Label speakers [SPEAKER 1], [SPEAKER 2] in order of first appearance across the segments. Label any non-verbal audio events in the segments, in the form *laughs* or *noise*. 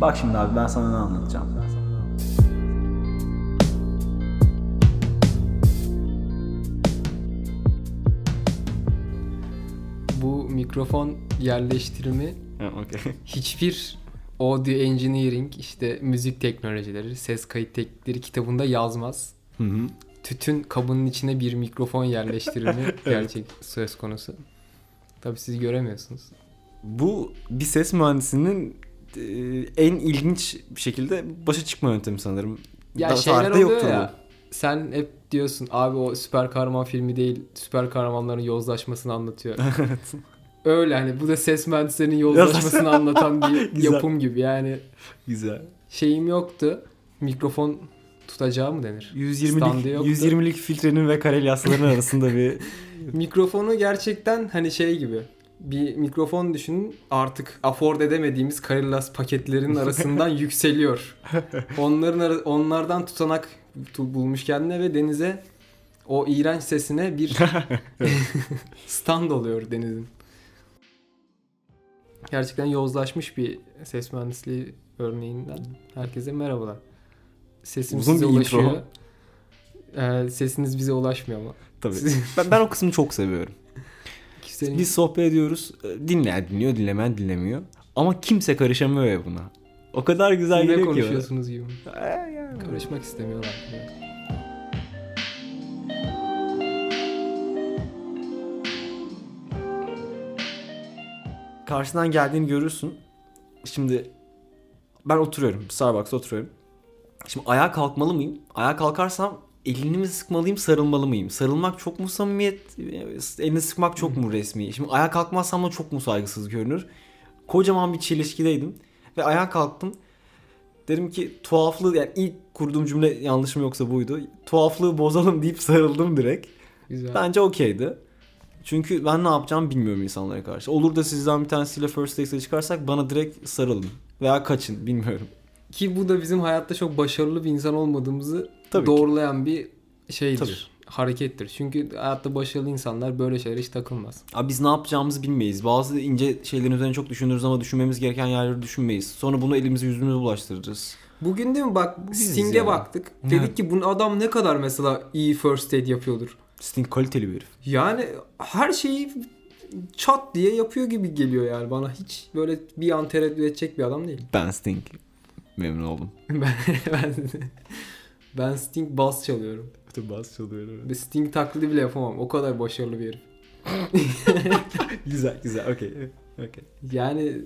[SPEAKER 1] Bak şimdi abi ben sana ne anlatacağım.
[SPEAKER 2] Bu mikrofon yerleştirimi
[SPEAKER 3] Ha, okey. *laughs*
[SPEAKER 2] hiçbir audio engineering, işte müzik teknolojileri, ses kayıt teknikleri kitabında yazmaz. Tütün kabının içine bir mikrofon
[SPEAKER 3] *laughs*
[SPEAKER 2] yerleştirimi gerçek söz konusu. Tabii siz göremiyorsunuz.
[SPEAKER 3] Bu bir ses mühendisinin e, en ilginç bir şekilde başa çıkma yöntemi sanırım.
[SPEAKER 2] Ya
[SPEAKER 3] Da-
[SPEAKER 2] şeyler
[SPEAKER 3] tarihte
[SPEAKER 2] oluyor
[SPEAKER 3] yoktur
[SPEAKER 2] ya. Sen hep diyorsun abi o süper kahraman filmi değil, süper kahramanların yozlaşmasını
[SPEAKER 3] *laughs*
[SPEAKER 2] anlatıyor. Öyle hani bu da ses mühendislerinin yozlaşmasını anlatan
[SPEAKER 3] *laughs*
[SPEAKER 2] bir
[SPEAKER 1] Güzel.
[SPEAKER 2] yapım gibi yani.
[SPEAKER 1] Güzel.
[SPEAKER 2] şeyim yoktu. Mikrofon tutacağı mı denir?
[SPEAKER 3] bu.
[SPEAKER 2] Standı
[SPEAKER 3] 120'lik
[SPEAKER 2] yoktu.
[SPEAKER 3] 120'lik filtrenin ve kareli yasların arasında bir
[SPEAKER 2] Mikrofonu gerçekten hani şey gibi. Bir mikrofon düşünün artık afford edemediğimiz Karilas
[SPEAKER 3] *laughs*
[SPEAKER 2] paketlerin arasından yükseliyor. Onların ara- onlardan tutanak tu- bulmuş kendine ve denize o iğrenç sesine
[SPEAKER 3] *laughs*
[SPEAKER 2] bir *laughs* stand oluyor denizin. Gerçekten yozlaşmış bir ses mühendisliği örneğinden. Herkese merhabalar. Sesim
[SPEAKER 3] Uzun
[SPEAKER 2] size
[SPEAKER 3] bir intro.
[SPEAKER 2] ulaşıyor. Ee, sesiniz bize ulaşmıyor ama.
[SPEAKER 3] tabii.
[SPEAKER 2] Siz-
[SPEAKER 3] Ben, ben o kısmı çok seviyorum.
[SPEAKER 2] Kimsenin
[SPEAKER 3] Biz sohbet ediyoruz. e, Dinleyen dinliyor, dinlemeyen dinlemiyor. Ama kimse karışamıyor ya buna. O kadar güzel
[SPEAKER 2] ne
[SPEAKER 3] geliyor ki. bana.
[SPEAKER 2] konuşuyorsunuz gibi.
[SPEAKER 3] Ha, ya.
[SPEAKER 2] Karışmak istemiyorlar. Yani.
[SPEAKER 3] karşıdan geldiğini görürsün. Şimdi ben oturuyorum. Starbucks'ta oturuyorum. Şimdi ayağa kalkmalı mıyım? Ayağa kalkarsam elini mi sıkmalıyım, sarılmalı mıyım? Sarılmak çok mu samimiyet? Elini sıkmak çok mu resmi? Şimdi ayağa kalkmazsam da çok mu saygısız görünür? Kocaman bir çelişkideydim. Ve ayağa kalktım. Dedim ki tuhaflığı yani ilk kurduğum cümle yanlışım yoksa buydu. Tuhaflığı bozalım deyip sarıldım direkt.
[SPEAKER 2] Güzel.
[SPEAKER 3] Bence okeydi. Çünkü ben ne yapacağımı bilmiyorum insanlara karşı. Olur da sizden bir tanesiyle first date'e çıkarsak bana direkt sarılın. Veya kaçın bilmiyorum.
[SPEAKER 2] Ki bu da bizim hayatta çok başarılı bir insan olmadığımızı
[SPEAKER 3] Tabii ki.
[SPEAKER 2] doğrulayan bir şeydir. Harekettir. Çünkü hayatta başarılı insanlar böyle şeylere hiç takılmaz.
[SPEAKER 3] Abi biz ne yapacağımızı bilmeyiz. Bazı ince şeylerin üzerine çok düşünürüz ama düşünmemiz gereken yerleri düşünmeyiz. Sonra bunu elimize yüzümüze bulaştırırız.
[SPEAKER 2] Bugün değil mi bak
[SPEAKER 3] Biziz
[SPEAKER 2] Sting'e
[SPEAKER 3] ya.
[SPEAKER 2] baktık.
[SPEAKER 3] Evet.
[SPEAKER 2] Dedik ki bu adam ne kadar mesela iyi first aid yapıyordur.
[SPEAKER 3] Sting kaliteli bir herif.
[SPEAKER 2] Yani her şeyi çat diye yapıyor gibi geliyor yani bana. Hiç böyle bir an tereddüt edecek bir adam değil.
[SPEAKER 3] Ben Sting. Memnun oldum.
[SPEAKER 2] *laughs* ben, ben, ben Sting bass çalıyorum.
[SPEAKER 3] Bütün bas çalıyorum.
[SPEAKER 2] Bir Sting taklidi bile yapamam. O kadar başarılı bir herif.
[SPEAKER 3] güzel güzel okey. Okay.
[SPEAKER 2] Yani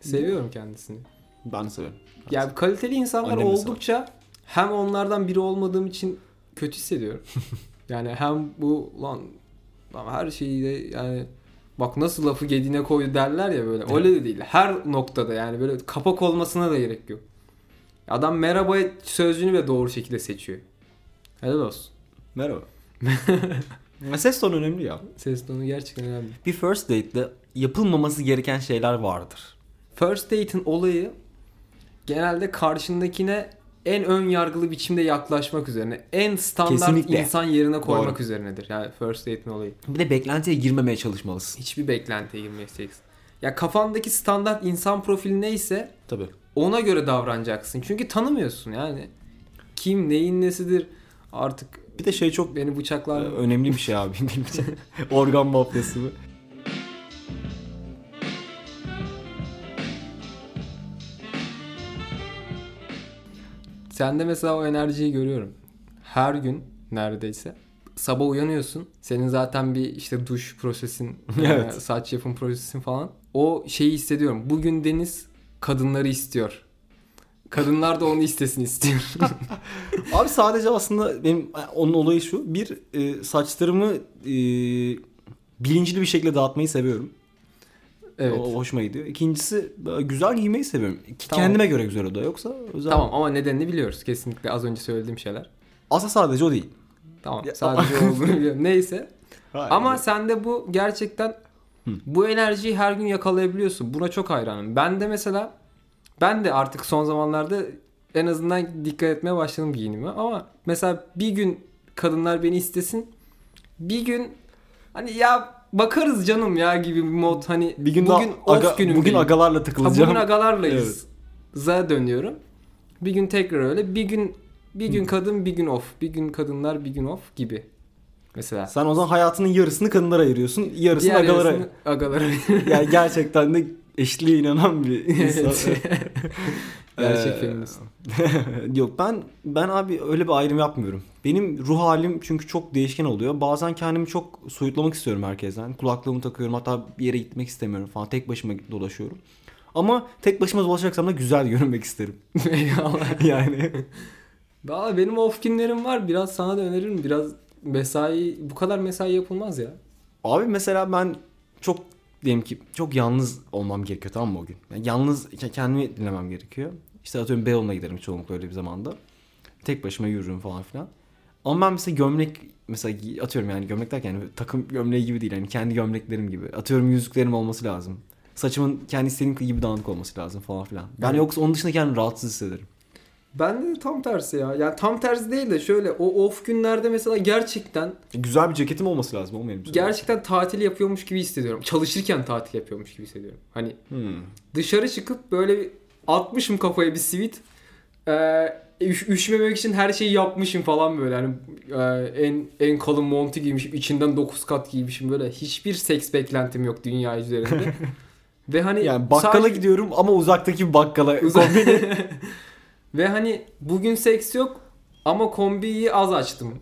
[SPEAKER 2] seviyorum kendisini.
[SPEAKER 3] Ben severim.
[SPEAKER 2] Yani kaliteli insanlar
[SPEAKER 3] Annem de
[SPEAKER 2] oldukça hem onlardan biri olmadığım için kötü *laughs* hissediyorum. yani hem bu lan, lan her şeyi de yani bak nasıl lafı gediğine koydu derler ya böyle. Öyle de değil. Her noktada yani böyle kapak olmasına da gerek yok. Adam merhaba sözcüğünü bile doğru şekilde seçiyor. Helal olsun.
[SPEAKER 3] *laughs* Merhaba. Ses tonu önemli ya.
[SPEAKER 2] Ses tonu gerçekten önemli.
[SPEAKER 3] Bir first date'de yapılmaması gereken şeyler vardır.
[SPEAKER 2] First date'in olayı genelde karşındakine en ön yargılı biçimde yaklaşmak üzerine, en standart
[SPEAKER 3] Kesinlikle.
[SPEAKER 2] insan yerine koymak
[SPEAKER 3] Doğru.
[SPEAKER 2] üzerinedir. Yani first date'in olayı.
[SPEAKER 3] Bir de beklentiye girmemeye çalışmalısın.
[SPEAKER 2] Hiçbir beklentiye girmeyeceksin. Ya kafandaki standart insan profili neyse
[SPEAKER 3] Tabii.
[SPEAKER 2] ona göre davranacaksın. Çünkü tanımıyorsun yani. Kim neyin nesidir artık
[SPEAKER 3] Bir de şey çok *laughs*
[SPEAKER 2] beni
[SPEAKER 3] e,
[SPEAKER 2] bıçaklar mı?
[SPEAKER 3] önemli bir şey abi. *laughs* Bilmiyorum. Organ mafyası mı?
[SPEAKER 2] Sende mesela o enerjiyi görüyorum. Her gün neredeyse sabah uyanıyorsun. Senin zaten bir işte duş
[SPEAKER 3] *laughs*
[SPEAKER 2] prosesin,
[SPEAKER 3] Evet.
[SPEAKER 2] e, saç yapım prosesin falan. O şeyi hissediyorum. Bugün Deniz kadınları istiyor. Kadınlar da onu istesin istiyor. *laughs*
[SPEAKER 3] Abi sadece aslında benim e, onun olayı şu. Bir e, saçlarımı e, bilinçli bir şekilde dağıtmayı seviyorum.
[SPEAKER 2] evet.
[SPEAKER 3] O, o hoşuma gidiyor. İkincisi e, güzel giymeyi seviyorum. Ki
[SPEAKER 2] Tamam.
[SPEAKER 3] Kendime göre güzel o da yoksa özel.
[SPEAKER 2] Tamam ama nedenini biliyoruz kesinlikle az önce söylediğim şeyler.
[SPEAKER 3] Aslında sadece o değil.
[SPEAKER 2] Tamam
[SPEAKER 3] Ya-
[SPEAKER 2] sadece olduğunu biliyorum. Neyse. Ama sende bu gerçekten bu enerjiyi her gün yakalayabiliyorsun. Buna çok hayranım. Ben de mesela ben de artık son zamanlarda en azından dikkat etmeye başladım giyinime ama mesela bir gün kadınlar beni istesin. Bir gün hani ya bakarız canım ya gibi bir mod hani
[SPEAKER 3] bir gün
[SPEAKER 2] bugün
[SPEAKER 3] bugün
[SPEAKER 2] off
[SPEAKER 3] aga,
[SPEAKER 2] günüm
[SPEAKER 3] bugün
[SPEAKER 2] benim.
[SPEAKER 3] agalarla
[SPEAKER 2] Ha,
[SPEAKER 3] takılacağım.
[SPEAKER 2] bugün agalarlayız. za dönüyorum. Bir gün tekrar öyle. Bir gün bir gün kadın, bir gün off. Bir gün kadınlar, bir gün off gibi. Mesela.
[SPEAKER 3] Sen o zaman hayatının yarısını kadınlara ayırıyorsun, yarısını
[SPEAKER 2] Diğer
[SPEAKER 3] agalara.
[SPEAKER 2] yarısını agalara. *laughs*
[SPEAKER 3] Yani gerçekten de eşliğe inanan bir insan.
[SPEAKER 2] Evet. Gerçek feminist. *laughs*
[SPEAKER 3] *laughs* Yok ben ben abi öyle bir ayrım yapmıyorum. Benim ruh halim çünkü çok değişken oluyor. Bazen kendimi çok soyutlamak istiyorum herkesten. Kulaklığımı takıyorum hatta bir yere gitmek istemiyorum falan. Tek başıma dolaşıyorum. Ama tek başıma dolaşacaksam da güzel *laughs* görünmek isterim.
[SPEAKER 2] Eyvallah.
[SPEAKER 3] yani
[SPEAKER 2] Valla benim off günlerim var. Biraz sana da öneririm. Biraz mesai bu kadar mesai yapılmaz ya.
[SPEAKER 3] abi mesela ben çok diyelim ki çok yalnız olmam gerekiyor tamam mı o gün? Yani yalnız ke- kendimi dinlemem gerekiyor. İşte atıyorum Beyoğlu'na giderim çoğunlukla öyle bir zamanda. Tek başıma yürürüm falan filan. Ama ben mesela gömlek mesela gi- atıyorum yani gömlek derken yani takım gömleği gibi değil yani kendi gömleklerim gibi. Atıyorum yüzüklerim olması lazım. Saçımın kendi istediğim gibi dağınık olması lazım falan filan. Ben
[SPEAKER 2] Evet.
[SPEAKER 3] yoksa onun dışında kendimi rahatsız hissederim.
[SPEAKER 2] Ben de tam tersi ya. Yani tam tersi değil de şöyle o off günlerde mesela gerçekten
[SPEAKER 3] Güzel bir ceketim olması lazım olmayayım.
[SPEAKER 2] gerçekten tatil yapıyormuş gibi hissediyorum. Çalışırken tatil yapıyormuş gibi hissediyorum. Hani
[SPEAKER 3] Hmm.
[SPEAKER 2] dışarı çıkıp böyle bir atmışım kafaya bir sivit. Ee, üş- üşümemek için her şeyi yapmışım falan böyle. Hani e, en en kalın montu giymişim, içinden 9 kat giymişim böyle. Hiçbir seks beklentim yok dünya
[SPEAKER 3] *laughs*
[SPEAKER 2] üzerinde. Ve hani
[SPEAKER 3] Yani bakkala
[SPEAKER 2] sadece-
[SPEAKER 3] gidiyorum ama uzaktaki bir bakkala.
[SPEAKER 2] Uzak- *laughs* Ve hani bugün seks yok ama kombiyi az açtım.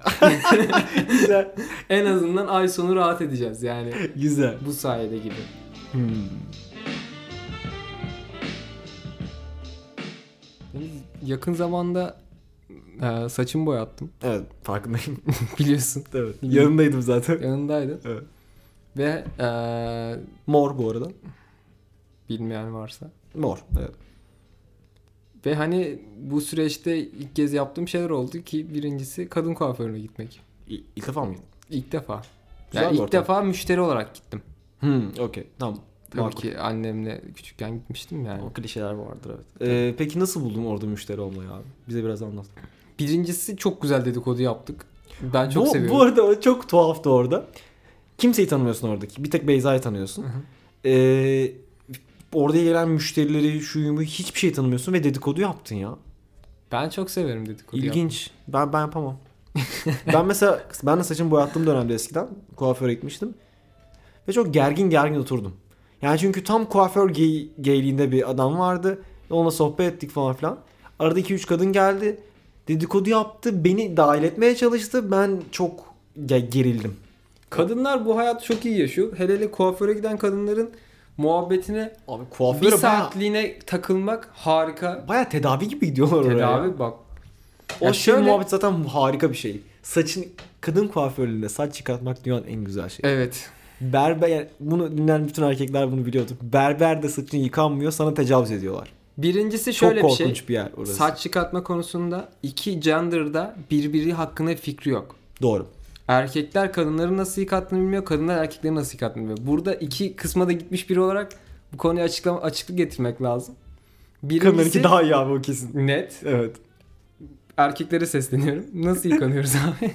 [SPEAKER 3] *laughs* Güzel.
[SPEAKER 2] En azından ay sonu rahat edeceğiz yani
[SPEAKER 3] *laughs* Güzel.
[SPEAKER 2] bu sayede gibi.
[SPEAKER 3] Hmm.
[SPEAKER 2] Yakın zamanda e, saçımı boyattım *laughs*
[SPEAKER 3] Evet farkındayım.
[SPEAKER 2] biliyorsun.
[SPEAKER 3] evet. Yanındaydım zaten.
[SPEAKER 2] Yanındaydın.
[SPEAKER 3] Evet.
[SPEAKER 2] Ve e,
[SPEAKER 3] Mor bu arada.
[SPEAKER 2] bilmeyen varsa.
[SPEAKER 3] Mor. Evet.
[SPEAKER 2] Ve hani bu süreçte ilk kez yaptığım şeyler oldu ki birincisi kadın kuaförüne gitmek.
[SPEAKER 3] İ- İlk defa mı?
[SPEAKER 2] İlk defa.
[SPEAKER 3] Güzel
[SPEAKER 2] yani
[SPEAKER 3] bir
[SPEAKER 2] ilk
[SPEAKER 3] ortam.
[SPEAKER 2] defa müşteri olarak gittim.
[SPEAKER 3] Hmm, okey. Tamam.
[SPEAKER 2] Tabii
[SPEAKER 3] Makul.
[SPEAKER 2] ki annemle küçükken gitmiştim yani.
[SPEAKER 3] O klişeler vardır evet. Ee, peki nasıl buldun orada müşteri olmayı abi? Bize biraz anlat.
[SPEAKER 2] Birincisi çok güzel dedikodu yaptık. Ben çok
[SPEAKER 3] bu,
[SPEAKER 2] seviyorum.
[SPEAKER 3] bu arada o çok tuhaftı orada. Kimseyi tanımıyorsun oradaki. Bir tek Beyza'yı tanıyorsun.
[SPEAKER 2] Hı hı.
[SPEAKER 3] Ee, oraya gelen müşterileri, şuyumu hiçbir şey tanımıyorsun ve dedikodu yaptın ya.
[SPEAKER 2] Ben çok severim dedikodu yapmayı.
[SPEAKER 3] İlginç. Ben ben yapamam. *laughs* ben mesela ben de saçımı boyattığım dönemde eskiden kuaföre gitmiştim. Ve çok gergin gergin oturdum. Yani çünkü tam kuaför gay, gayliğinde bir adam vardı. Onunla sohbet ettik falan filan. Arada 2-3 kadın geldi. Dedikodu yaptı. Beni dahil etmeye çalıştı. Ben çok ge- gerildim.
[SPEAKER 2] Kadınlar bu hayatı çok iyi yaşıyor. Hele hele kuaföre giden kadınların muhabbetine
[SPEAKER 3] Abi
[SPEAKER 2] bir
[SPEAKER 3] kuaföre baya,
[SPEAKER 2] saatliğine takılmak harika.
[SPEAKER 3] baya tedavi gibi gidiyorlar oraya.
[SPEAKER 2] Tedavi bak.
[SPEAKER 3] O
[SPEAKER 2] Ya
[SPEAKER 3] şey
[SPEAKER 2] şöyle-
[SPEAKER 3] muhabbet zaten harika bir şey. Saçın kadın kuaförlüğünde saç çıkartmak dünyanın en güzel şeyi.
[SPEAKER 2] Evet.
[SPEAKER 3] Berber yani bunu dinleyen bütün erkekler bunu biliyordu. Berber de saçın yıkanmıyor sana tecavüz ediyorlar.
[SPEAKER 2] Birincisi şöyle
[SPEAKER 3] Çok
[SPEAKER 2] bir
[SPEAKER 3] korkunç
[SPEAKER 2] şey.
[SPEAKER 3] bir, yer orası.
[SPEAKER 2] Saç çıkartma konusunda iki gender'da birbiri hakkında fikri yok.
[SPEAKER 3] Doğru.
[SPEAKER 2] Erkekler kadınların nasıl yıkattığını bilmiyor, kadınlar erkeklerin nasıl yıkattığını bilmiyor. Burada iki kısma da gitmiş biri olarak bu konuya açıklama, açıklık getirmek lazım.
[SPEAKER 3] Kadınlarınki
[SPEAKER 2] Birincisi
[SPEAKER 3] daha iyi abi o kesin.
[SPEAKER 2] net.
[SPEAKER 3] Evet.
[SPEAKER 2] Erkeklere sesleniyorum. Nasıl yıkanıyoruz abi?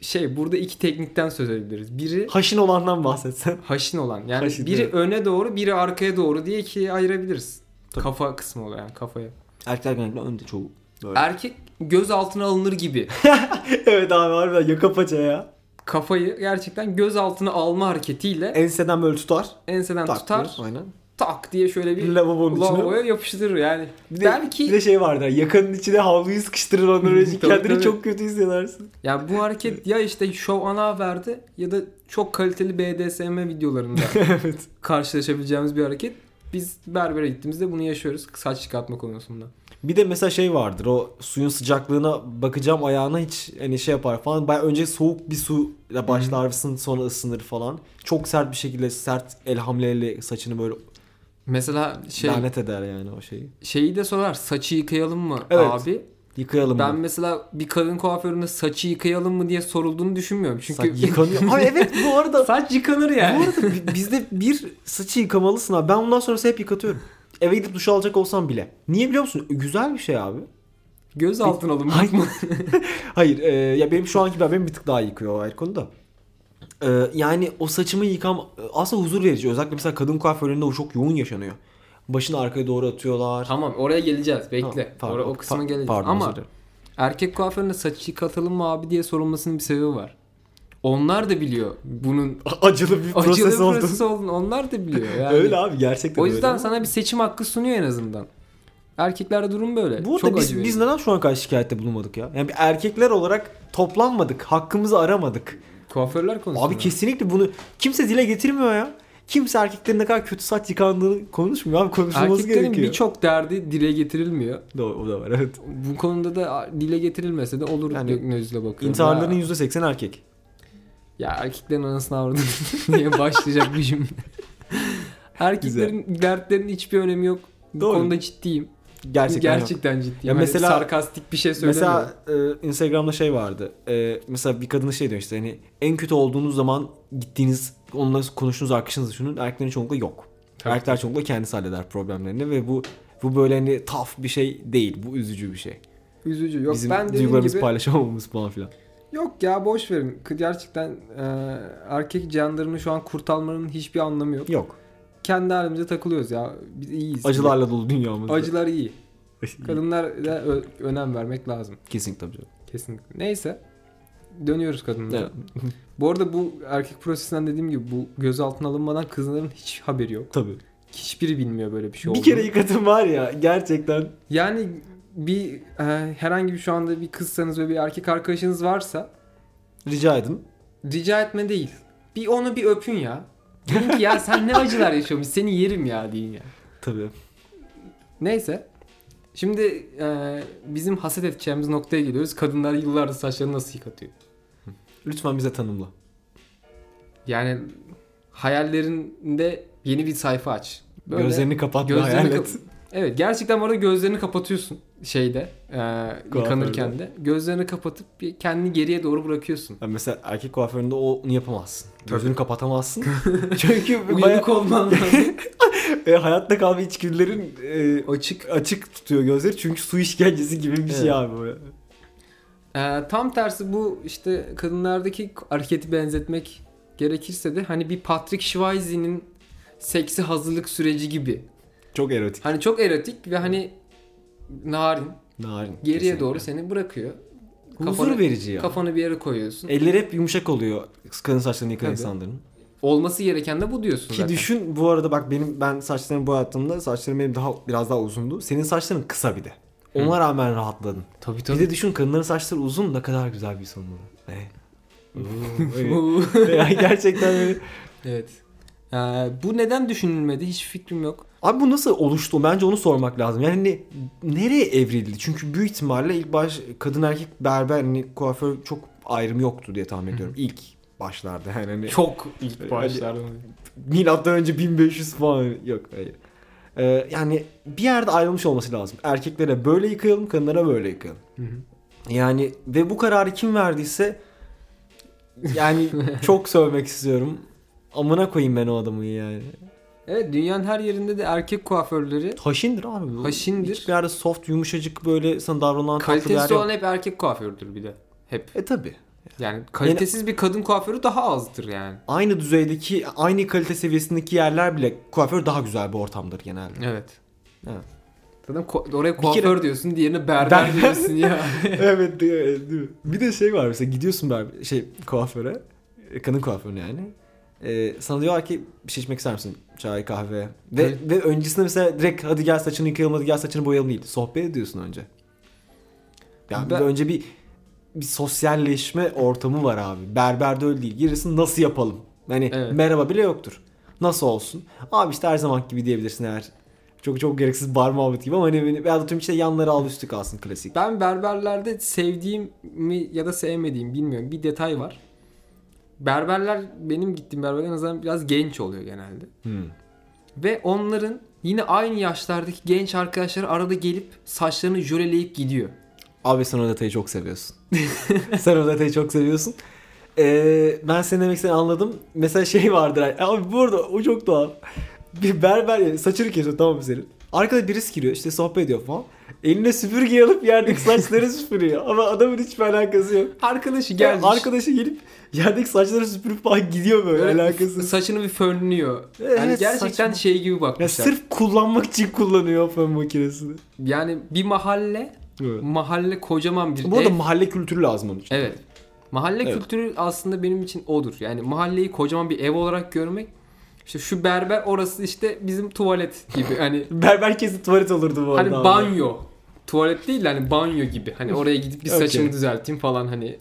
[SPEAKER 2] Şey burada iki teknikten söz edebiliriz. Biri
[SPEAKER 3] Haşin olandan bahsetsen.
[SPEAKER 2] haşin olan. Yani
[SPEAKER 3] Haşin,
[SPEAKER 2] biri
[SPEAKER 3] evet.
[SPEAKER 2] öne doğru, biri arkaya doğru diye ikiye ayırabiliriz.
[SPEAKER 3] Tabii.
[SPEAKER 2] Kafa kısmı oluyor yani kafaya.
[SPEAKER 3] Erkekler genellikle önde çoğu.
[SPEAKER 2] Erkek göz altına alınır gibi.
[SPEAKER 3] Er *laughs*
[SPEAKER 2] *laughs*
[SPEAKER 3] evet abi harbiden yaka paça ya.
[SPEAKER 2] Kafayı gerçekten göz altına alma hareketiyle
[SPEAKER 3] Enseden böyle tutar.
[SPEAKER 2] enseden
[SPEAKER 3] tak
[SPEAKER 2] tutar.
[SPEAKER 3] diyor, Aynen.
[SPEAKER 2] tak diye şöyle bir
[SPEAKER 3] Lavabonun içine.
[SPEAKER 2] lavaboya yapıştırır yani.
[SPEAKER 3] Bir de,
[SPEAKER 2] Belki
[SPEAKER 3] bir de şey vardır. Yakanın içine havluyu sıkıştırır ondan
[SPEAKER 2] *laughs* Tabii,
[SPEAKER 3] önce. Kendini
[SPEAKER 2] tabii.
[SPEAKER 3] çok kötü hissedersin.
[SPEAKER 2] yani bu hareket ya işte şov ana verdi ya da çok kaliteli BDSM videolarında
[SPEAKER 3] *laughs* evet.
[SPEAKER 2] karşılaşabileceğimiz bir hareket. Biz berbere gittiğimizde bunu yaşıyoruz saç çıkartma konusunda.
[SPEAKER 3] Bir de mesela şey vardır o suyun sıcaklığına bakacağım ayağına hiç hani şey yapar falan. Baya önce soğuk bir suyla başlar ısın- sonra ısınır falan. Çok sert bir şekilde sert el hamleyle saçını böyle
[SPEAKER 2] Mesela şey
[SPEAKER 3] lanet eder yani o şeyi.
[SPEAKER 2] şeyi de sorar saçı yıkayalım mı
[SPEAKER 3] Evet.
[SPEAKER 2] abi?
[SPEAKER 3] Yıkayalım
[SPEAKER 2] Ben
[SPEAKER 3] mı?
[SPEAKER 2] mesela bir kadın kuaföründe saçı yıkayalım mı diye sorulduğunu düşünmüyorum. Çünkü
[SPEAKER 3] Saç yıkanıyor. Abi evet bu
[SPEAKER 2] *laughs*
[SPEAKER 3] arada
[SPEAKER 2] saç yıkanır
[SPEAKER 3] bu
[SPEAKER 2] yani.
[SPEAKER 3] arada bi- bizde bir saçı yıkamalısın abi. Ben bundan sonrası hep yıkatıyorum. Eve gidip duş alacak olsam bile. Niye biliyor musun? Güzel bir şey abi.
[SPEAKER 2] Göz altına alın.
[SPEAKER 3] Hayır. Hayır. e, ya benim şu anki berberim bir tık daha yıkıyor o ayrı konuda. E, yani o saçımı yıkam aslında huzur verici. Özellikle mesela kadın kuaförlerinde o çok yoğun yaşanıyor. Başını arkaya doğru
[SPEAKER 2] *laughs*
[SPEAKER 3] atıyorlar. *laughs*
[SPEAKER 2] Tamam oraya geleceğiz. Bekle.
[SPEAKER 3] Tamam, pardon,
[SPEAKER 2] Oraya- o kısma
[SPEAKER 3] pa-
[SPEAKER 2] geleceğiz.
[SPEAKER 3] pardon,
[SPEAKER 2] Ama
[SPEAKER 3] özür dilerim.
[SPEAKER 2] erkek kuaförüne saç yıkatalım mı abi diye sorulmasının bir sebebi var. Onlar da biliyor bunun *laughs*
[SPEAKER 3] acılı bir
[SPEAKER 2] acılı
[SPEAKER 3] proses
[SPEAKER 2] bir
[SPEAKER 3] oldu.
[SPEAKER 2] proses olduğunu. Onlar da biliyor. Yani.
[SPEAKER 3] *laughs* Öyle abi gerçekten
[SPEAKER 2] O yüzden
[SPEAKER 3] öyle.
[SPEAKER 2] sana bir seçim hakkı sunuyor en azından. Erkeklerde durum böyle.
[SPEAKER 3] Bu
[SPEAKER 2] Çok
[SPEAKER 3] arada biz,
[SPEAKER 2] acı
[SPEAKER 3] biz
[SPEAKER 2] verici.
[SPEAKER 3] neden şu an kadar şikayette bulunmadık ya? Yani bir erkekler olarak toplanmadık, hakkımızı aramadık.
[SPEAKER 2] Kuaförler konusunda.
[SPEAKER 3] Abi kesinlikle bunu kimse dile getirmiyor ya. Kimse erkeklerin ne kadar kötü saç yıkandığını konuşmuyor abi konuşulması
[SPEAKER 2] Erkeklerin
[SPEAKER 3] şey gerekiyor.
[SPEAKER 2] birçok derdi dile getirilmiyor.
[SPEAKER 3] Doğru, o da var evet.
[SPEAKER 2] Bu konuda da dile getirilmese de olur
[SPEAKER 3] Yani
[SPEAKER 2] yani, gözle bakıyorum.
[SPEAKER 3] İntiharların
[SPEAKER 2] Ya-
[SPEAKER 3] %80 erkek.
[SPEAKER 2] Ya erkeklerin anasını avradını *laughs* diye başlayacak bir cümle. Erkeklerin dertlerinin hiçbir önemi yok. Bu
[SPEAKER 3] Doğru.
[SPEAKER 2] konuda ciddiyim.
[SPEAKER 3] Gerçekten.
[SPEAKER 2] Gerçekten,
[SPEAKER 3] yok.
[SPEAKER 2] ciddiyim.
[SPEAKER 3] Ya
[SPEAKER 2] Hani
[SPEAKER 3] mesela-
[SPEAKER 2] sarkastik bir şey söylemiyorum.
[SPEAKER 3] Mesela e, Instagram'da şey vardı. E, mesela bir kadına şey diyor işte hani en kötü olduğunuz zaman gittiğiniz onunla konuştuğunuz arkadaşınızla şunun erkeklerin çoğunlukla yok.
[SPEAKER 2] Tabii.
[SPEAKER 3] Erkekler çoğunlukla kendisi halleder problemlerini ve bu bu böyle hani tough bir şey değil. Bu üzücü bir şey.
[SPEAKER 2] Üzücü. Yok
[SPEAKER 3] Bizim
[SPEAKER 2] ben dediğim
[SPEAKER 3] duygularımızı
[SPEAKER 2] gibi
[SPEAKER 3] paylaşamamamız falan filan.
[SPEAKER 2] yok ya boş verin. Kı- Gerçekten e, erkek canlarını şu an kurtarmanın hiçbir anlamı yok.
[SPEAKER 3] Yok.
[SPEAKER 2] Kendi halimize takılıyoruz ya. Biz iyiyiz.
[SPEAKER 3] Acılarla dolu dünyamızda.
[SPEAKER 2] Acılar iyi. Kadınlara ö- önem vermek lazım.
[SPEAKER 3] Kesinlikle tabii. canım.
[SPEAKER 2] Kesinlikle. Neyse. Dönüyoruz kadınlara.
[SPEAKER 3] Evet. *laughs*
[SPEAKER 2] Bu arada bu erkek prosesinden dediğim gibi bu gözaltına alınmadan kızların hiç haberi yok.
[SPEAKER 3] Tabii.
[SPEAKER 2] Hiçbiri bilmiyor böyle bir şey
[SPEAKER 3] bir
[SPEAKER 2] olduğunu.
[SPEAKER 3] kere yıkatım var ya gerçekten.
[SPEAKER 2] Yani bir e, herhangi bir şu anda bir kızsanız ve bir erkek arkadaşınız varsa
[SPEAKER 3] Rica edin.
[SPEAKER 2] rica etme değil. Bir onu bir öpün ya. Deyin ki ya sen ne acılar yaşıyormuş seni yerim ya deyin ya.
[SPEAKER 3] Tabii.
[SPEAKER 2] Neyse. Şimdi e, bizim haset edeceğimiz noktaya geliyoruz. Kadınlar yıllardır saçlarını nasıl yıkatıyor?
[SPEAKER 3] Lütfen bize tanımla.
[SPEAKER 2] Yani hayallerinde yeni bir sayfa aç. Böyle
[SPEAKER 3] Gözlerini kapat ve
[SPEAKER 2] gözlerini
[SPEAKER 3] hayal
[SPEAKER 2] kap-
[SPEAKER 3] et.
[SPEAKER 2] Evet gerçekten bu arada gözlerini kapatıyorsun şeyde e, yıkanırken
[SPEAKER 3] Kuaförde.
[SPEAKER 2] de. Gözlerini kapatıp bir kendini geriye doğru
[SPEAKER 3] *laughs*
[SPEAKER 2] bırakıyorsun.
[SPEAKER 3] Yani mesela erkek kuaföründe onu yapamazsın.
[SPEAKER 2] *laughs*
[SPEAKER 3] Gözünü kapatamazsın.
[SPEAKER 2] Çünkü
[SPEAKER 3] bayağı-
[SPEAKER 2] uyanık olman lazım.
[SPEAKER 3] E, hayatta kalma içgüdülerin e,
[SPEAKER 2] Açık.
[SPEAKER 3] açık tutuyor gözleri çünkü su işkencesi gibi bir
[SPEAKER 2] Evet.
[SPEAKER 3] şey abi bu.
[SPEAKER 2] E, tam tersi bu işte kadınlardaki hareketi benzetmek gerekirse de hani bir Patrick Swayze'nin seksi hazırlık süreci gibi.
[SPEAKER 3] Çok erotik.
[SPEAKER 2] Hani çok erotik ve hani narin
[SPEAKER 3] Narin.
[SPEAKER 2] geriye
[SPEAKER 3] kesinlikle.
[SPEAKER 2] doğru seni bırakıyor.
[SPEAKER 3] Huzur
[SPEAKER 2] Kafanı-
[SPEAKER 3] verici ya.
[SPEAKER 2] Kafanı bir yere koyuyorsun.
[SPEAKER 3] Eller hep yumuşak oluyor kadın saçlarını yıkayan
[SPEAKER 2] Tabii.
[SPEAKER 3] insanların.
[SPEAKER 2] Olması gereken de bu diyorsun
[SPEAKER 3] Ki
[SPEAKER 2] zaten.
[SPEAKER 3] düşün bu arada bak benim ben saçlarımı boyattığımda saçlarım benim daha biraz daha uzundu. Senin saçların kısa bir de. Ona rağmen rahatladın.
[SPEAKER 2] Tabii tabii.
[SPEAKER 3] Bir de düşün kadınların saçları uzun ne kadar güzel bir son olur. E. Oo,
[SPEAKER 2] Oo.
[SPEAKER 3] *laughs* e. Yani gerçekten böyle.
[SPEAKER 2] evet. Ee, bu neden düşünülmedi hiç fikrim yok.
[SPEAKER 3] Abi bu nasıl oluştu? Bence onu sormak lazım. Yani ne- nereye evrildi? Çünkü büyük ihtimalle ilk baş kadın erkek berber hani kuaför çok ayrım yoktu diye tahmin ediyorum. İlk başlarda yani hani
[SPEAKER 2] Çok
[SPEAKER 3] Öyle-
[SPEAKER 2] ilk başlarda.
[SPEAKER 3] *laughs* milattan önce 1500 falan yok hayır. Ee, yani bir yerde ayrılmış olması lazım. Erkeklere böyle yıkayalım, kadınlara böyle yıkayalım.
[SPEAKER 2] Hı hı.
[SPEAKER 3] Yani ve bu kararı kim verdiyse
[SPEAKER 2] *laughs*
[SPEAKER 3] yani çok sövmek istiyorum. Amına koyayım ben o adamı yani.
[SPEAKER 2] *laughs* Evet dünyanın her yerinde de erkek kuaförleri
[SPEAKER 3] Haşindir abi bu.
[SPEAKER 2] Haşindir.
[SPEAKER 3] Hiçbir yerde soft yumuşacık böyle sana davranan tatlı bir yer
[SPEAKER 2] kalitesi
[SPEAKER 3] yok.
[SPEAKER 2] olan hep erkek kuafördür bir de. Hep.
[SPEAKER 3] E tabi.
[SPEAKER 2] Yani kalitesiz bir kadın kuaförü daha azdır yani.
[SPEAKER 3] Aynı düzeydeki, aynı kalite seviyesindeki yerler bile kuaför daha güzel bir ortamdır genelde.
[SPEAKER 2] Evet.
[SPEAKER 3] Evet.
[SPEAKER 2] Zaten ku- oraya
[SPEAKER 3] kere-
[SPEAKER 2] kuaför diyorsun, diğerine berber
[SPEAKER 3] Berber.
[SPEAKER 2] diyorsun ya.
[SPEAKER 3] *laughs* evet değil, mi? Değil mi? Bir de şey var mesela gidiyorsun ben şey kuaföre, e, kadın kuaförüne yani. E, sana diyorlar ki bir şey içmek ister misin? Çay, kahve. Ve,
[SPEAKER 2] Evet.
[SPEAKER 3] ve öncesinde mesela direkt hadi gel saçını yıkayalım, hadi gel saçını boyayalım değil. Sohbet ediyorsun önce. Yani
[SPEAKER 2] Ben-
[SPEAKER 3] bir önce bir bir sosyalleşme ortamı var abi. Berberde öyle değil. Girirsin nasıl yapalım? Hani
[SPEAKER 2] Evet.
[SPEAKER 3] merhaba bile yoktur. Nasıl olsun? Abi işte her zaman gibi diyebilirsin eğer. Çok çok gereksiz bar muhabbeti gibi ama hani beni, ben atıyorum işte yanları al üstü kalsın klasik.
[SPEAKER 2] Ben berberlerde sevdiğim mi ya da sevmediğim bilmiyorum. Bir detay var. Berberler benim gittiğim berberler en azından biraz genç oluyor genelde.
[SPEAKER 3] Hmm.
[SPEAKER 2] Ve onların yine aynı yaşlardaki genç arkadaşları arada gelip saçlarını jöleleyip gidiyor.
[SPEAKER 3] Abi sen o detayı çok seviyorsun. *laughs* sen o detayı çok seviyorsun. Ee, ben senin demek istediğini anladım. Mesela şey vardır. Abi bu arada o çok doğal. Bir berber saçını kesiyor tamam mı senin? Arkada birisi giriyor işte sohbet ediyor falan. Eline süpürge alıp yerdeki saçları *laughs* süpürüyor. Ama adamın hiç alakası yok.
[SPEAKER 2] Arkadaşı
[SPEAKER 3] Gelmiş.
[SPEAKER 2] gelmiş.
[SPEAKER 3] Arkadaşı gelip yerdeki saçları süpürüp falan gidiyor böyle
[SPEAKER 2] Böyle *laughs*
[SPEAKER 3] alakası.
[SPEAKER 2] Saçını bir fönlüyor.
[SPEAKER 3] Evet,
[SPEAKER 2] yani gerçekten
[SPEAKER 3] saçma.
[SPEAKER 2] şey gibi
[SPEAKER 3] Ya
[SPEAKER 2] bakmışlar.
[SPEAKER 3] sırf kullanmak için kullanıyor fön makinesini.
[SPEAKER 2] Yani bir mahalle, mahalle kocaman bir
[SPEAKER 3] Bu arada
[SPEAKER 2] ev.
[SPEAKER 3] mahalle kültürü lazım onun için.
[SPEAKER 2] E- Evet. Mahalle
[SPEAKER 3] Evet.
[SPEAKER 2] kültürü aslında benim için odur. Yani mahalleyi kocaman bir ev olarak görmek. İşte şu berber orası işte bizim tuvalet
[SPEAKER 3] *laughs*
[SPEAKER 2] gibi. Hani
[SPEAKER 3] Berber kesin tuvalet olurdu bu arada.
[SPEAKER 2] hani
[SPEAKER 3] abi.
[SPEAKER 2] banyo. Tuvalet değil de hani banyo gibi. Hani oraya gidip bir saçımı
[SPEAKER 3] *laughs* Okey.
[SPEAKER 2] düzelteyim falan hani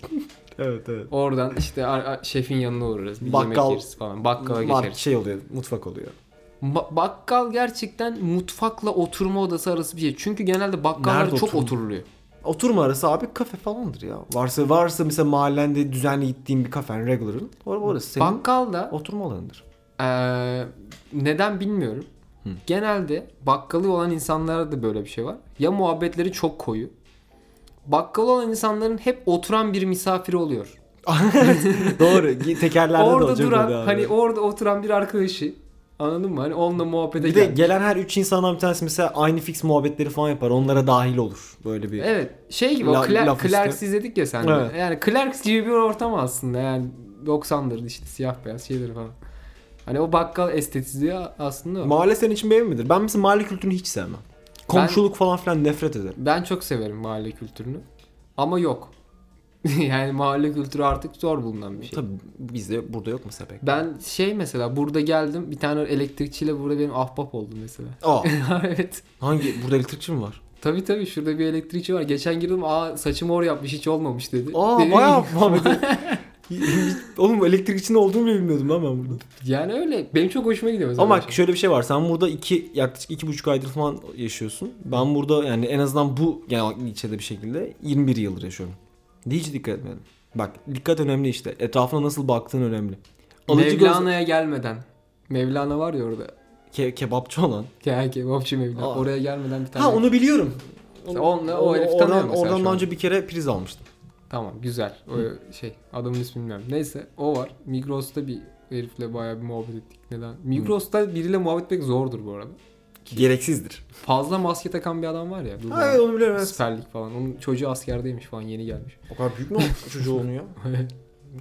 [SPEAKER 3] Evet evet.
[SPEAKER 2] oradan işte ar- ar- şefin yanına uğrarız. Bir yemek
[SPEAKER 3] Bakkal-
[SPEAKER 2] yeriz falan. Bakkala
[SPEAKER 3] Mark
[SPEAKER 2] geçeriz.
[SPEAKER 3] şey oluyor, mutfak oluyor.
[SPEAKER 2] Ba- bakkal gerçekten mutfakla oturma odası arası bir şey. Çünkü genelde bakkallar
[SPEAKER 3] Nerede
[SPEAKER 2] çok
[SPEAKER 3] oturma?
[SPEAKER 2] oturuluyor.
[SPEAKER 3] Oturma arası abi kafe falandır ya. Varsa varsa mesela mahallende düzenli gittiğin bir kafen regular'ın or- orası senin
[SPEAKER 2] Bakkal da
[SPEAKER 3] oturma alanıdır.
[SPEAKER 2] Ee, neden bilmiyorum. Genelde bakkalı olan insanlarda da böyle bir şey var. Ya muhabbetleri çok koyu. Bakkalı olan insanların hep oturan bir misafiri oluyor.
[SPEAKER 3] *laughs* Doğru. Tekerlerde de
[SPEAKER 2] orada
[SPEAKER 3] olacak öyle
[SPEAKER 2] duran
[SPEAKER 3] abi.
[SPEAKER 2] hani orada oturan bir arkadaşı anladın mı? Hani onunla muhabbete
[SPEAKER 3] bir de
[SPEAKER 2] gel.
[SPEAKER 3] gelen her üç insandan bir tanesi mesela aynı fix muhabbetleri falan yapar. Onlara dahil olur. Böyle bir.
[SPEAKER 2] Evet şey gibi
[SPEAKER 3] La-
[SPEAKER 2] o Clerk-
[SPEAKER 3] laf üstü.
[SPEAKER 2] Clerks izledik ya sen de.
[SPEAKER 3] Evet.
[SPEAKER 2] Yani Clerks gibi bir ortam aslında yani 90'ların işte siyah beyaz şeyleri falan. Hani o bakkal estetizliği aslında o.
[SPEAKER 3] Mahalle senin için benim midir? Ben mesela mahalle kültürünü hiç sevmem. Komşuluk falan filan nefret ederim.
[SPEAKER 2] Ben çok severim mahalle kültürünü. Ama yok. *laughs* yani mahalle kültürü artık zor bulunan bir şey.
[SPEAKER 3] Tabii bizde burada yok mesela pek.
[SPEAKER 2] Ben şey mesela burada geldim bir tane elektrikçiyle burada benim ahbap oldu mesela. *laughs*
[SPEAKER 3] *laughs* Aa,
[SPEAKER 2] evet.
[SPEAKER 3] hangi burada elektrikçi mi var?
[SPEAKER 2] Tabii tabii şurada bir elektrikçi var. Geçen girdim aa saçımı or yapmış hiç olmamış dedi.
[SPEAKER 3] Aa
[SPEAKER 2] Dedim,
[SPEAKER 3] bayağı Muhammed. *laughs* Oğlum elektrikçinin olduğunu bile bilmiyordum lan ben burada.
[SPEAKER 2] Yani öyle. Benim çok hoşuma gidiyor mesela.
[SPEAKER 3] Ama
[SPEAKER 2] böyle
[SPEAKER 3] bak şöyle bir şey var. Sen burada iki yaklaşık iki buçuk aydır falan yaşıyorsun. Ben burada yani en azından bu yani ilçede bir şekilde 21 yıldır yaşıyorum. Hiç dikkat etmedim. Bak dikkat önemli işte. Etrafına nasıl baktığın önemli.
[SPEAKER 2] şey.
[SPEAKER 3] Alıcı göz...
[SPEAKER 2] Mevlana'ya gelmeden. Mevlana var ya orada.
[SPEAKER 3] Ke- kebapçı olan.
[SPEAKER 2] Ke- Kebapçı Mevlana.
[SPEAKER 3] Aa.
[SPEAKER 2] Oraya gelmeden bir tane.
[SPEAKER 3] Ha onu biliyorum.
[SPEAKER 2] Onu- Onunla o herifi tanıyorum
[SPEAKER 3] oradan,
[SPEAKER 2] mesela şu
[SPEAKER 3] oradan daha
[SPEAKER 2] an.
[SPEAKER 3] önce bir kere priz almıştım.
[SPEAKER 2] Tamam güzel. O şey adamın ismini bilmiyorum. Neyse o var. Migros'ta bir herifle bayağı bir muhabbet ettik. Neden? Migros'ta biriyle muhabbet etmek zordur bu arada.
[SPEAKER 3] Gereksizdir.
[SPEAKER 2] Fazla maske takan bir adam var ya. Dur,
[SPEAKER 3] Ha, evet onu biliyorum. Evet.
[SPEAKER 2] Süper Lig falan. Onun çocuğu askerdeymiş falan yeni gelmiş.
[SPEAKER 3] O kadar büyük mü olmuş çocuğu onu ya?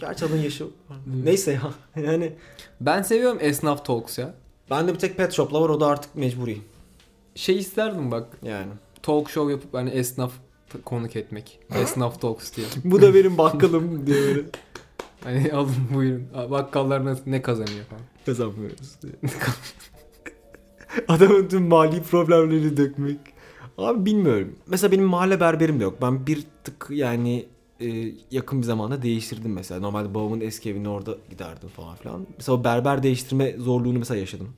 [SPEAKER 3] Gerçi adın yaşı. Neyse ya. Yani
[SPEAKER 2] ben seviyorum esnaf talks ya.
[SPEAKER 3] bende bir tek pet shop'la var o da artık mecburi.
[SPEAKER 2] Şey isterdim bak
[SPEAKER 3] Yani.
[SPEAKER 2] talk show yapıp hani esnaf t- konuk etmek. esnaf talks diye.
[SPEAKER 3] Bu da benim bakkalım diye böyle
[SPEAKER 2] Hani *laughs* alın buyurun. Aa, Bakkallar nasıl, ne kazanıyor falan.
[SPEAKER 3] kazanmıyoruz *laughs* diye. Adamın tüm mali problemlerini dökmek. Abi bilmiyorum. Mesela benim mahalle berberim de yok. Ben bir tık yani e, yakın bir zamanda değiştirdim mesela. Normalde babamın eski evine orada giderdim falan filan. Mesela o berber değiştirme zorluğunu mesela yaşadım.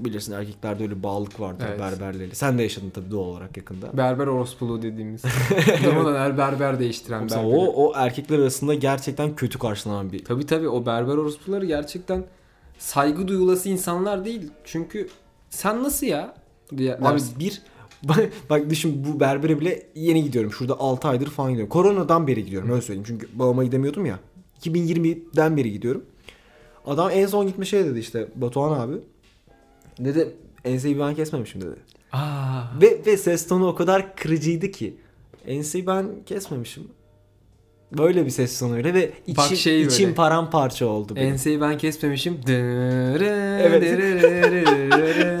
[SPEAKER 3] Bilirsin erkeklerde öyle bir bağlılık vardı
[SPEAKER 2] Evet.
[SPEAKER 3] berberleriyle. Sen de yaşadın tabii doğal olarak yakında.
[SPEAKER 2] Berber orospuluğu
[SPEAKER 3] *laughs*
[SPEAKER 2] dediğimiz. Durmadan her berber değiştiren
[SPEAKER 3] Mesela
[SPEAKER 2] berber.
[SPEAKER 3] o, o erkekler arasında gerçekten kötü karşılanan bir...
[SPEAKER 2] Tabi tabi o berber orospuları gerçekten saygı duyulası insanlar değil. Çünkü sen nasıl ya? Diye
[SPEAKER 3] Abi
[SPEAKER 2] dersin.
[SPEAKER 3] bir bak, bak düşün bu berbere bile yeni gidiyorum. Şurada 6 aydır falan gidiyorum. Koronadan beri gidiyorum öyle söyleyeyim. Çünkü babama gidemiyordum ya. 2020'den beri gidiyorum. Adam en son gitme şey dedi işte Batuhan abi. Dedi enseyi ben kesmemişim dedi.
[SPEAKER 2] Aa,
[SPEAKER 3] Ve, ve ses tonu o kadar kırıcıydı ki. Enseyi ben kesmemişim. Böyle bir ses tonuyla ve içim,
[SPEAKER 2] Bak şey böyle.
[SPEAKER 3] içim paramparça oldu. benim.
[SPEAKER 2] enseyi ben kesmemişim. Evet.
[SPEAKER 3] Evet.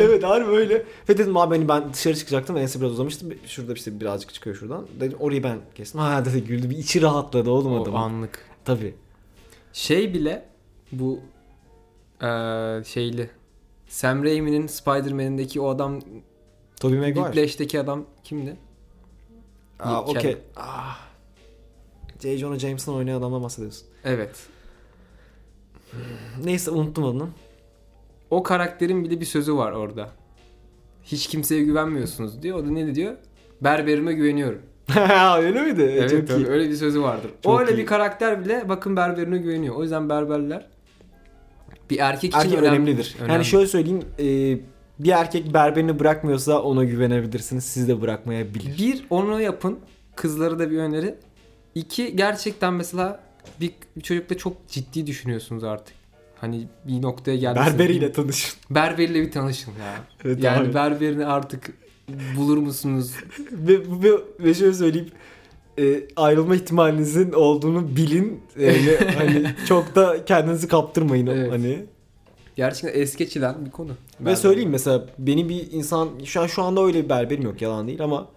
[SPEAKER 3] *laughs* evet harbi öyle. Ve dedim abi hani ben dışarı çıkacaktım. Ense biraz uzamıştı. Şurada işte birazcık çıkıyor şuradan. Dedim orayı ben kestim. Ha *laughs* dedi güldü. Bir içi rahatladı oğlum
[SPEAKER 2] o
[SPEAKER 3] adamın.
[SPEAKER 2] anlık.
[SPEAKER 3] Tabii.
[SPEAKER 2] Şey bile bu eee, şeyli Sam Raimi'nin Spider-Man'deki o adam
[SPEAKER 3] Tobey Maguire.
[SPEAKER 2] Whiplash'teki adam kimdi?
[SPEAKER 3] Aa
[SPEAKER 2] Kel.
[SPEAKER 3] okey. Ah. J. Jonah Jameson oynayan adamdan bahsediyorsun.
[SPEAKER 2] Evet.
[SPEAKER 3] Neyse unuttum adını. *laughs*
[SPEAKER 2] O karakterin bile bir sözü var orada. Hiç kimseye güvenmiyorsunuz diyor. O da ne diyor? Berberime güveniyorum.
[SPEAKER 3] öyle miydi?
[SPEAKER 2] Evet,
[SPEAKER 3] Çok
[SPEAKER 2] öyle,
[SPEAKER 3] iyi.
[SPEAKER 2] öyle bir sözü vardır. o
[SPEAKER 3] Çok
[SPEAKER 2] öyle
[SPEAKER 3] iyi.
[SPEAKER 2] bir karakter bile bakın berberine güveniyor. O yüzden berberler bir erkek için
[SPEAKER 3] Erkek
[SPEAKER 2] önemli-
[SPEAKER 3] önemlidir.
[SPEAKER 2] önemli.
[SPEAKER 3] Yani şöyle söyleyeyim. e, bir erkek berberini bırakmıyorsa ona güvenebilirsiniz. Siz de bırakmayabilir.
[SPEAKER 2] bir onu yapın. Kızlara da bir öneri. İki gerçekten mesela bir, bir çocukla çok ciddi düşünüyorsunuz artık. Hani bir noktaya gelmişsiniz.
[SPEAKER 3] Berberiyle E, tanışın. *laughs*
[SPEAKER 2] Berberiyle bir tanışın ya.
[SPEAKER 3] Evet,
[SPEAKER 2] yani
[SPEAKER 3] abi.
[SPEAKER 2] berberini artık bulur musunuz?
[SPEAKER 3] Ve, ve, ve şöyle söyleyeyim. e, ayrılma ihtimalinizin olduğunu bilin.
[SPEAKER 2] *laughs*
[SPEAKER 3] Yani hani çok da kendinizi kaptırmayın
[SPEAKER 2] Evet.
[SPEAKER 3] hani.
[SPEAKER 2] Gerçekten es geçilen bir konu.
[SPEAKER 3] Ve söyleyeyim mesela beni bir insan şu an şu anda öyle bir berberim yok yalan değil ama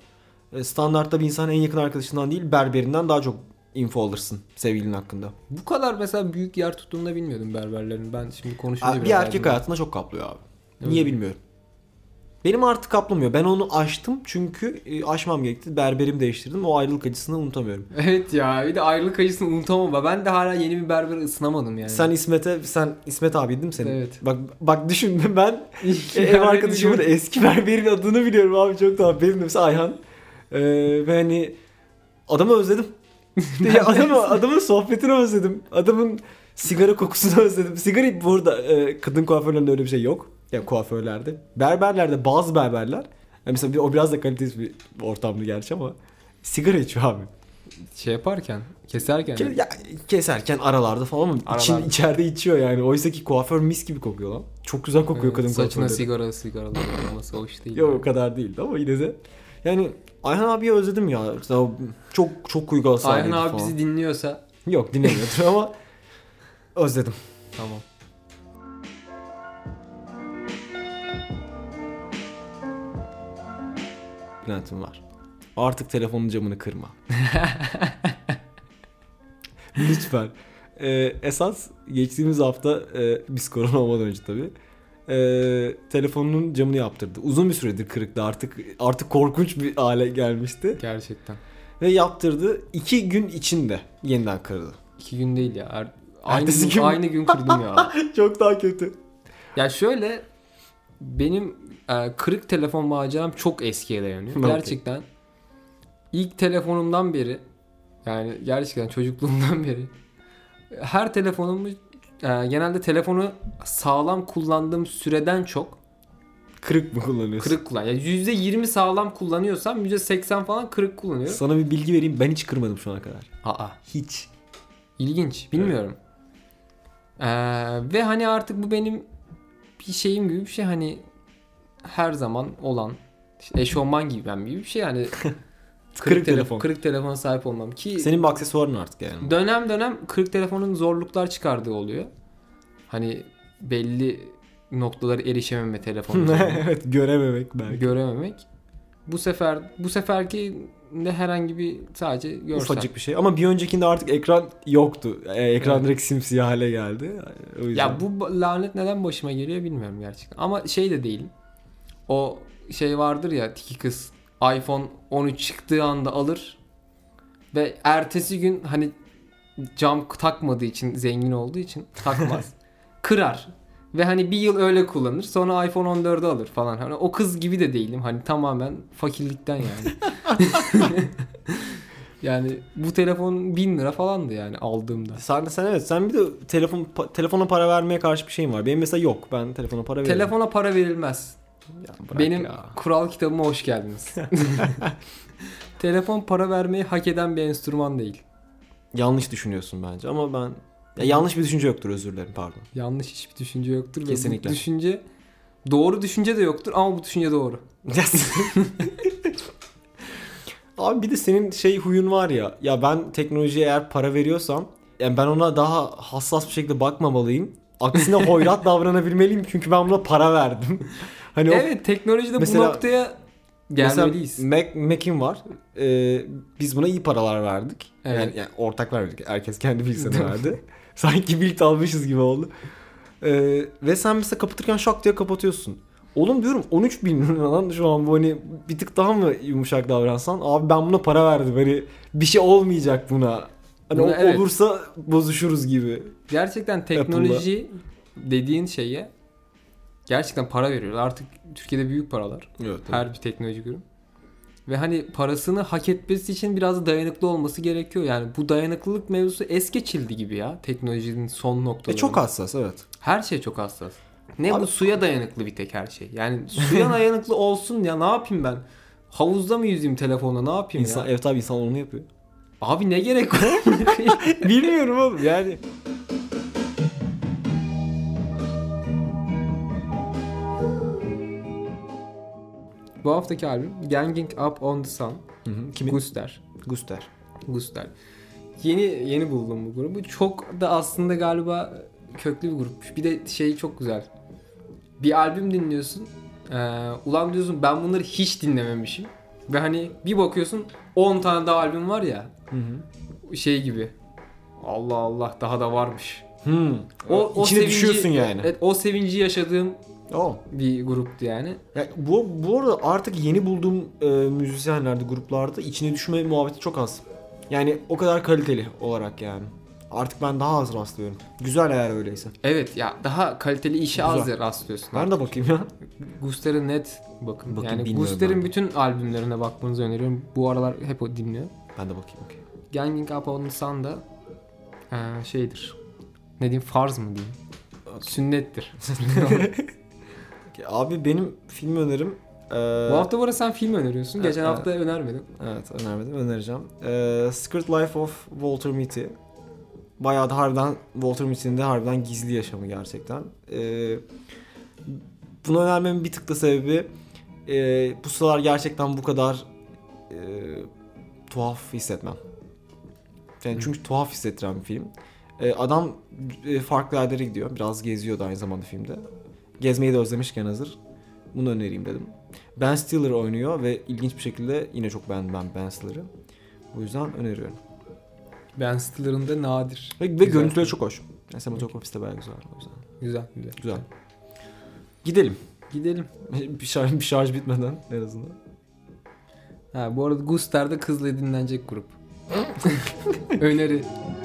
[SPEAKER 3] e, standartta bir insan en yakın arkadaşından değil berberinden daha çok info alırsın sevgilinin hakkında.
[SPEAKER 2] Bu kadar mesela büyük yer tuttuğunu da bilmiyordum berberlerin. Ben şimdi konuşunca
[SPEAKER 3] Abi, bir
[SPEAKER 2] biraz
[SPEAKER 3] erkek
[SPEAKER 2] yardım-
[SPEAKER 3] hayatında çok kaplıyor abi.
[SPEAKER 2] Öyle
[SPEAKER 3] Niye
[SPEAKER 2] mi?
[SPEAKER 3] bilmiyorum. Benim artık kaplamıyor. Ben onu aştım çünkü e, aşmam gerekti. Berberim değiştirdim. O ayrılık acısını unutamıyorum.
[SPEAKER 2] Evet ya bir de ayrılık acısını unutamam. Ben de hala yeni bir berbere ısınamadım yani. *laughs*
[SPEAKER 3] Sen İsmet'e sen İsmet abi değil mi senin?
[SPEAKER 2] Evet.
[SPEAKER 3] Bak bak düşün *laughs* ben ev
[SPEAKER 2] Yani
[SPEAKER 3] arkadaşımın
[SPEAKER 2] biliyorum.
[SPEAKER 3] eski berberin adını biliyorum abi çok daha benim de mesela Ayhan. Ee, ve hani adamı özledim. ya adamı, adamın sohbetini özledim. Adamın sigara kokusunu özledim. Sigara bu arada e, kadın kuaförlerinde öyle bir şey yok. Yani kuaförlerde. Berberlerde bazı berberler. yani mesela bir, o biraz da kalitesiz bir ortamdı gerçi ama. Sigara içiyor abi.
[SPEAKER 2] şey yaparken, keserken.
[SPEAKER 3] Ke- ya, keserken aralarda falan mı?
[SPEAKER 2] Aralarda.
[SPEAKER 3] İçin, içeride içiyor yani. Oysa ki kuaför mis gibi kokuyor lan. Çok güzel kokuyor
[SPEAKER 2] Evet,
[SPEAKER 3] kadın
[SPEAKER 2] Saçına
[SPEAKER 3] kuaförleri.
[SPEAKER 2] sigara sigaralar olması hoş değil.
[SPEAKER 3] Yok o kadar değildi ama yine de. Yani Ayhan abiyi özledim ya. Mesela Çok çok uygar
[SPEAKER 2] Ayhan
[SPEAKER 3] sahneydi
[SPEAKER 2] abi
[SPEAKER 3] falan.
[SPEAKER 2] bizi dinliyorsa
[SPEAKER 3] Yok dinlemiyordur
[SPEAKER 2] *laughs*
[SPEAKER 3] ama özledim.
[SPEAKER 2] tamam.
[SPEAKER 3] Plantim var. Artık telefonun camını kırma. *laughs* Lütfen. Ee, esas geçtiğimiz hafta e, biz korona olmadan önce tabii. e, telefonunun camını yaptırdı. Uzun bir süredir kırıktı artık artık korkunç bir hale gelmişti.
[SPEAKER 2] Gerçekten.
[SPEAKER 3] Ve yaptırdı. iki gün içinde yeniden kırıldı.
[SPEAKER 2] İki gün değil ya. Er- aynı,
[SPEAKER 3] Ertesi
[SPEAKER 2] gün,
[SPEAKER 3] gün.
[SPEAKER 2] aynı gün kırdım
[SPEAKER 3] *laughs*
[SPEAKER 2] ya.
[SPEAKER 3] *laughs* Çok daha kötü.
[SPEAKER 2] ya şöyle benim e, kırık telefon maceram çok eskiye dayanıyor.
[SPEAKER 3] Okey.
[SPEAKER 2] Gerçekten. İlk telefonumdan beri yani gerçekten çocukluğumdan *laughs* beri her telefonumu e, genelde telefonu sağlam kullandığım süreden çok
[SPEAKER 3] Kırık mı kullanıyorsun?
[SPEAKER 2] kırık kullan. Yani %20 sağlam kullanıyorsam %80 falan kırık kullanıyorum.
[SPEAKER 3] Sana bir bilgi vereyim. Ben hiç kırmadım şu ana kadar.
[SPEAKER 2] Aa.
[SPEAKER 3] Hiç.
[SPEAKER 2] İlginç. Bilmiyorum. Ee, ve hani artık bu benim bir şeyim gibi bir şey hani her zaman olan işte eşofman giymem gibi bir şey
[SPEAKER 3] *laughs*
[SPEAKER 2] yani kırık,
[SPEAKER 3] Kırık
[SPEAKER 2] tele-
[SPEAKER 3] telefon.
[SPEAKER 2] kırık telefona sahip olmam ki
[SPEAKER 3] Senin bir aksesuarın artık yani.
[SPEAKER 2] dönem dönem kırık telefonun zorluklar çıkardığı oluyor. Hani belli noktalara erişememe
[SPEAKER 3] *laughs*
[SPEAKER 2] telefonu
[SPEAKER 3] *laughs* evet görememek belki.
[SPEAKER 2] görememek. Bu sefer bu seferki de herhangi bir sadece görsel.
[SPEAKER 3] Ufacık bir şey ama bir öncekinde artık ekran yoktu. Ee, ekran
[SPEAKER 2] Evet.
[SPEAKER 3] direkt simsiyah hale geldi. O yüzden.
[SPEAKER 2] Ya bu ba- lanet neden başıma geliyor bilmiyorum gerçekten. Ama şey de değil. O şey vardır ya tiki kız iPhone 13 çıktığı anda alır ve ertesi gün hani cam takmadığı için zengin olduğu için takmaz. kırar. Ve hani bir yıl öyle kullanır. Sonra iPhone 14'ü alır falan. Hani o kız gibi de değilim. Hani tamamen fakirlikten yani. yani bu telefon 1000 lira falandı yani aldığımda.
[SPEAKER 3] sen sen evet sen bir de telefon pa- telefona para vermeye karşı bir şeyin var. Benim mesela yok. Ben telefona para veriyorum.
[SPEAKER 2] Telefona para verilmez.
[SPEAKER 3] Ya bırak
[SPEAKER 2] Benim
[SPEAKER 3] ya.
[SPEAKER 2] kural kitabıma hoş
[SPEAKER 3] *laughs*
[SPEAKER 2] geldiniz. *laughs* Telefon para vermeyi hak eden bir enstrüman değil.
[SPEAKER 3] yanlış düşünüyorsun bence ama ben ya yanlış bir düşünce yoktur özür dilerim
[SPEAKER 2] *laughs*
[SPEAKER 3] pardon.
[SPEAKER 2] Yanlış hiçbir düşünce yoktur. ve bu
[SPEAKER 3] Kesinlikle.
[SPEAKER 2] düşünce doğru düşünce de yoktur ama bu düşünce doğru.
[SPEAKER 3] Abi bir de senin şey huyun var ya. Ya ben teknolojiye eğer para veriyorsam yani ben ona daha hassas bir şekilde bakmamalıyım. Aksine
[SPEAKER 2] *laughs*
[SPEAKER 3] hoyrat davranabilmeliyim çünkü ben buna para verdim. Hani o
[SPEAKER 2] evet teknolojide
[SPEAKER 3] Mesela-
[SPEAKER 2] bu noktaya
[SPEAKER 3] Mesela
[SPEAKER 2] gelmeliyiz.
[SPEAKER 3] Mac, Mac'in var. Ee, biz buna iyi paralar verdik.
[SPEAKER 2] Evet.
[SPEAKER 3] Yani, yani ortak vermedik. Herkes kendi bilgisayarını verdi. *laughs* Sanki bilt almışız gibi oldu. Ee, ve sen mesela kapatırken şak diye kapatıyorsun. Oğlum diyorum 13 bin *laughs* lira lan şu an bu hani bir tık daha mı yumuşak davransan? Abi ben buna para verdim hani bir şey olmayacak buna. Hani
[SPEAKER 2] Buna
[SPEAKER 3] o-
[SPEAKER 2] evet.
[SPEAKER 3] olursa bozuşuruz gibi.
[SPEAKER 2] Gerçekten teknoloji dediğin şeye gerçekten para veriyorlar. Artık Türkiye'de büyük paralar.
[SPEAKER 3] Evet.
[SPEAKER 2] Her bir teknolojik ürün. Ve hani parasını hak etmesi için biraz da dayanıklı olması gerekiyor. Yani bu dayanıklılık mevzusu es geçildi gibi ya teknolojinin son
[SPEAKER 3] E
[SPEAKER 2] noktaları.
[SPEAKER 3] çok hassas evet.
[SPEAKER 2] Her şey çok hassas. Ne
[SPEAKER 3] Abi-
[SPEAKER 2] bu suya dayanıklı bir tek her şey. Yani
[SPEAKER 3] *laughs*
[SPEAKER 2] suya dayanıklı olsun ya ne yapayım ben? Havuzda mı yüzeyim telefonla ne yapayım
[SPEAKER 3] İnsan,
[SPEAKER 2] ya?
[SPEAKER 3] evet abi insan onu yapıyor. *laughs*
[SPEAKER 2] Abi ne gerek var? *laughs*
[SPEAKER 3] Bilmiyorum oğlum yani.
[SPEAKER 2] Bu haftaki albüm Ganging Up On The Sun.
[SPEAKER 3] Hı hı. Kimin?
[SPEAKER 2] Guster.
[SPEAKER 3] Guster.
[SPEAKER 2] Guster. Yeni yeni buldum bu grubu. Çok da aslında galiba köklü bir grupmuş. Bir de şey çok güzel. Bir albüm dinliyorsun. Ee, ulan diyorsun ben bunları hiç dinlememişim. Ve hani bir bakıyorsun 10 tane daha albüm var ya.
[SPEAKER 3] Hı hı.
[SPEAKER 2] Şey gibi. Allah Allah daha da varmış.
[SPEAKER 3] Hmm. O, İçine
[SPEAKER 2] sevinci-
[SPEAKER 3] düşüyorsun yani.
[SPEAKER 2] Evet, o sevinci yaşadığım Oh.
[SPEAKER 3] O.
[SPEAKER 2] bir gruptu yani.
[SPEAKER 3] Ya bu, bu arada artık yeni bulduğum e, müzisyenlerde, gruplarda içine düşme muhabbeti çok az. Yani o kadar kaliteli olarak yani. Artık ben daha az rastlıyorum. Güzel eğer öyleyse.
[SPEAKER 2] Evet ya daha kaliteli işe
[SPEAKER 3] Güzel.
[SPEAKER 2] az rastlıyorsun.
[SPEAKER 3] Ben de bakayım ya.
[SPEAKER 2] Guster'ı net bakın.
[SPEAKER 3] Bakayım,
[SPEAKER 2] yani
[SPEAKER 3] bilmiyorum
[SPEAKER 2] Guster'ın
[SPEAKER 3] ben de.
[SPEAKER 2] bütün albümlerine bakmanızı öneriyorum. Bu aralar hep o dinliyor.
[SPEAKER 3] Ben de bakayım okey.
[SPEAKER 2] Ganging Up On The Sun da eee, şeydir. Ne diyeyim farz mı diyeyim? Sünnettir.
[SPEAKER 3] Okey, Abi benim film önerim... e,
[SPEAKER 2] Bu hafta bu arada sen film öneriyorsun. Geçen
[SPEAKER 3] Evet,
[SPEAKER 2] hafta önermedin.
[SPEAKER 3] Evet önermedim önereceğim. E, Secret Life of Walter Mitty. Bayağı da harbiden Walter Mitty'nin de harbiden gizli yaşamı gerçekten. E, bunu önermemin bir tık da sebebi e, bu sıralar gerçekten bu kadar e, tuhaf hissetmem. Yani çünkü tuhaf hissettiren bir film. E, adam e, farklı yerlere gidiyor. Biraz geziyordu aynı zamanda filmde. Gezmeyi de özlemişken hazır. Bunu önereyim dedim. Ben Stiller oynuyor ve ilginç bir şekilde yine çok beğendim ben Ben Stiller'ı. Bu yüzden öneriyorum.
[SPEAKER 2] Ben Stiller'ın da nadir.
[SPEAKER 3] Ve, ve
[SPEAKER 2] Güzel
[SPEAKER 3] görüntüleri
[SPEAKER 2] film.
[SPEAKER 3] çok hoş. Yani Sinematografisi de bayağı güzel. O yüzden.
[SPEAKER 2] Güzel güzel.
[SPEAKER 3] Güzel. Gidelim. *laughs*
[SPEAKER 2] Gidelim.
[SPEAKER 3] bir, şarj, bir şarj bitmeden en azından. *laughs*
[SPEAKER 2] Ha, bu arada Guster'da kızla dinlenecek grup. Öneri.